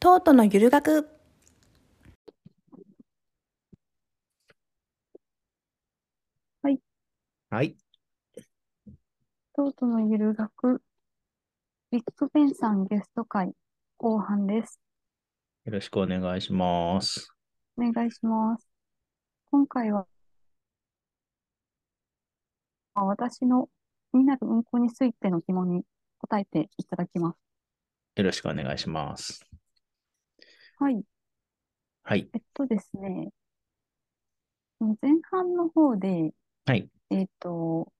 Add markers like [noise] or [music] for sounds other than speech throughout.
トートのゆる学はい。京都のゆる学、ビッグベンさんゲスト会後半です。よろしくお願いします。お願いします。今回は、あ私の気になる運行についての疑問に答えていただきます。よろしくお願いします。はい。はい。えっとですね、前半の方で、はい。えっと、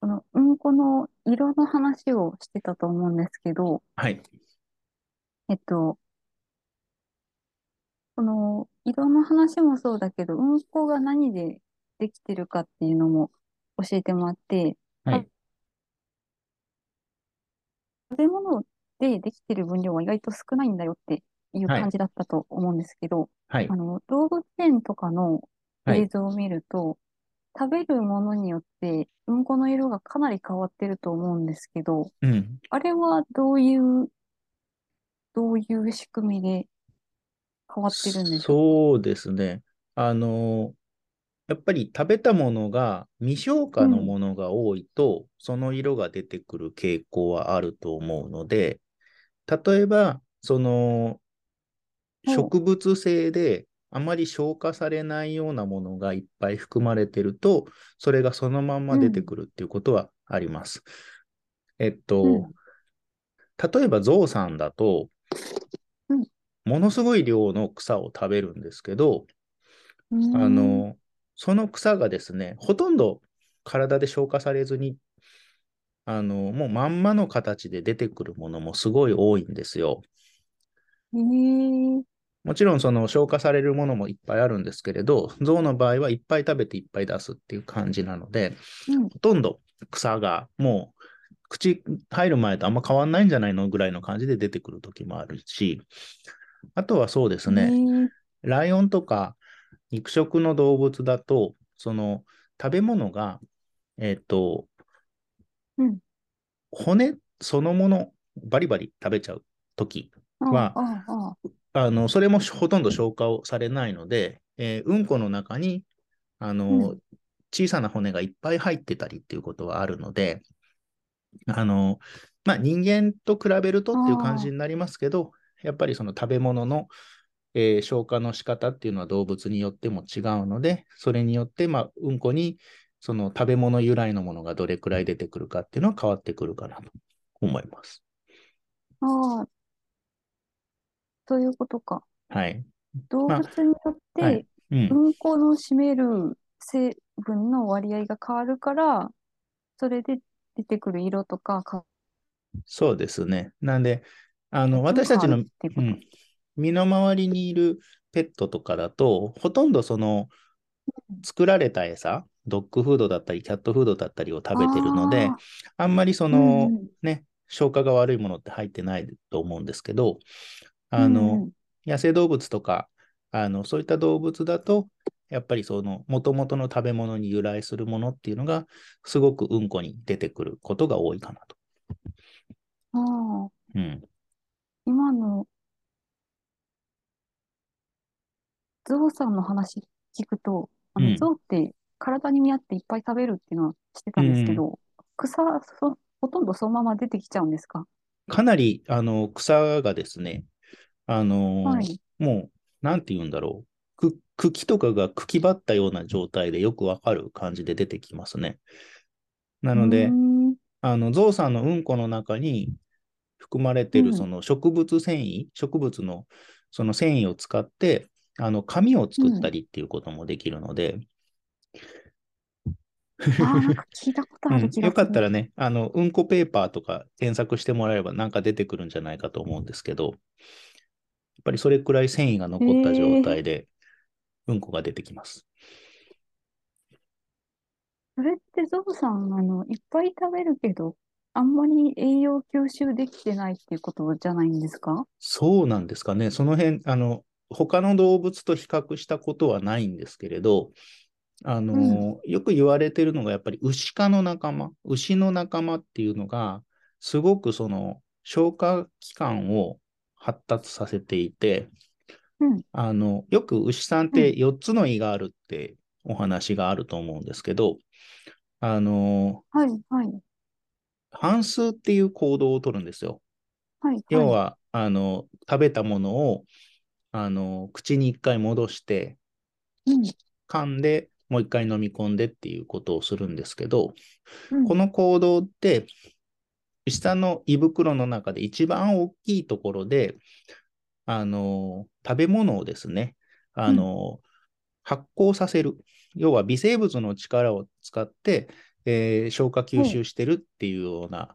このうんこの色の話をしてたと思うんですけど、はい。えっと、この色の話もそうだけど、うんこが何でできてるかっていうのも教えてもらって、はい食べ物でできてる分量は意外と少ないんだよっていうはい感じだったと思うんですけど、はいあ。の、動物園とかのはい映像を見ると、食べるものによってうんこの色がかなり変わってると思うんですけど、うん。あれはどういう、どういう仕組みで変わってるんでしょうそうですね。あの、やっぱり食べたものが未消化のうんものが多いと、その色が出てくる傾向はあると思うので、例えば、その、うん植物性であまり消化されないようなものがいっぱい含まれてると、それがそのまんま出てくるっていうことはあります。えっと、うん例えばゾウさんだと、うんものすごい量の草を食べるんですけど、うーんあ、の、その草がですね、ほとんど体で消化されずに、あの、もうまんまの形で出てくるものもすごい多いんですよ。えー、もちろんその消化されるものもいっぱいあるんですけれど、象の場合はいっぱい食べていっぱい出すっていう感じなので、うんほとんど草がもう口入る前とあんま変わんないんじゃないのぐらいの感じで出てくる時もあるし、あとはそうですえね、ー、ライオンとか肉食の動物だと、その食べ物が、えっ、と、うん骨そのものバリバリ食べちゃう時あはあ、ああ、あの、それもほとんど消化をされないので、えーうんこの中に、あの、う小さな骨がいっぱい入ってたりっていうことはあるので、あの、まあ、人間と比べるとっていう感じになりますけど、やっぱりその食べ物の、えー消化の仕方っていうのは動物によっても違うので、それによって、まあ、うんこに、その食べ物由来のものがどれくらい出てくるかっていうのは変わってくるかなと思います。ああ、ということか。はい。動まあ物によって、はいうん。うんこの占める成分の割合が変わるから、それで出てくる色とか、かそうですね。なんで、あの、も私たち変わのるっていううこと。ん、身の回りにいるペットとかだと、ほとんどその作られた餌、ドッグフードだったり、キャットフードだったりを食べてるのであ、あんまりそあ、うんのう、ん、ね、消化が悪いものって入ってないと思うんですけど、あの、うんうん、野生動物とか、あの、そういった動物だと、やっぱりその、元々の食べ物に由来するものっていうのが、すごくうんこに出てくることが多いかなと。ああ。うん。今の、ゾウさんの話聞くと、あうんの、ゾウって体に見合っていっぱい食べるっていうのはしてたんですけど、草、そ、ほとんどそのまま出てきちゃうんですかかなり、あの、草がですね、あの、はい。もう、なんて言うんだろう。く、茎とかが茎ばったような状態でよくわかる感じで出てきますね。なのうーで、んあの、ゾウさんのうんこの中に含まれてうるんその植物繊維、植物のその繊維を使って、あの、紙を作ったりっていうこともできるので、ああ、なんか聞いたことあるうん気がよかっすたる。らね、あの、うんこペーパーとか検索してもらえればなんか出てくるんじゃないかと思うんですけど、やっぱりそれくらい繊維が残った状態で、うんこが出てきます。それってゾウさん、あの、いっぱい食べるけど、あんまり栄養吸収できてないっていうことじゃないんですかそうなんですかね。その辺、あの、他の動物と比較したことはないんですけれど、あの、よく言われてるのが、やっぱりウシ科の仲間、牛の仲間っていうのが、すごくその消化器官を発達させていて、うんあのよく牛さんって4つの胃があるってお話があると思うんですけど、あのはい、はい、反数っていう行動をとるんですよ。はい。要は、あの食べたものをあの口に1回戻してい、うん噛んでもう1回飲み込んでっていうことをするんですけど、うんこの行動って、牛さんの胃袋の中で一番大きいところで、あの、食べ物をですね、あの、発酵させる。要は微生物の力を使って、えー消化吸収してるっていうような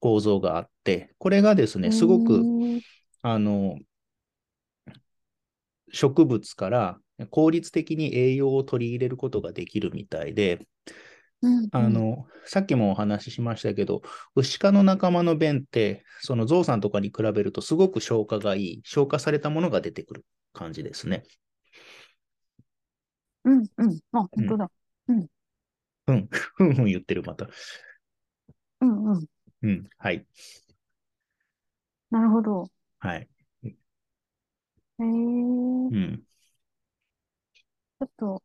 構造があって、これがですね、すごへく、ーあの、植物から効率的に栄養を取り入れることができるみたいで、うんあの、さっきもお話ししましたけど、牛科の仲間の便って、そのゾウさんとかに比べるとすごく消化がいい、消化されたものが出てくる感じですね。うん、うん、うん。あ、本当だ。ふんふん言ってる、また。うん、うん。うん、はい、なるほど。はい。へえ。ちうん、ょっと、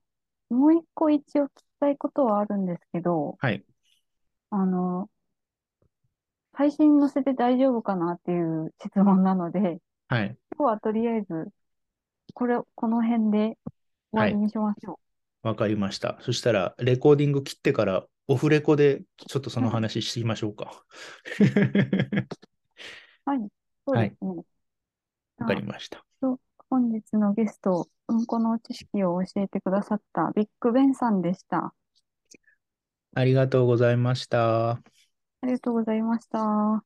もう一個一応聞きたいことはあるんですけど、はい。あの、配信に載せて大丈夫かなっていう質問なので、はい。今日はとりあえず、これ、この辺で終わりにしましょわかりました。そしたら、レコーディング切ってから、オフレコでちょっとその話しましょうか。う。はい。そうはいですね。 [laughs] わかりました。本日のゲスト、うんこの知識を教えてくださったビッグベンさんでした。ありがとうございました。ありがとうございました。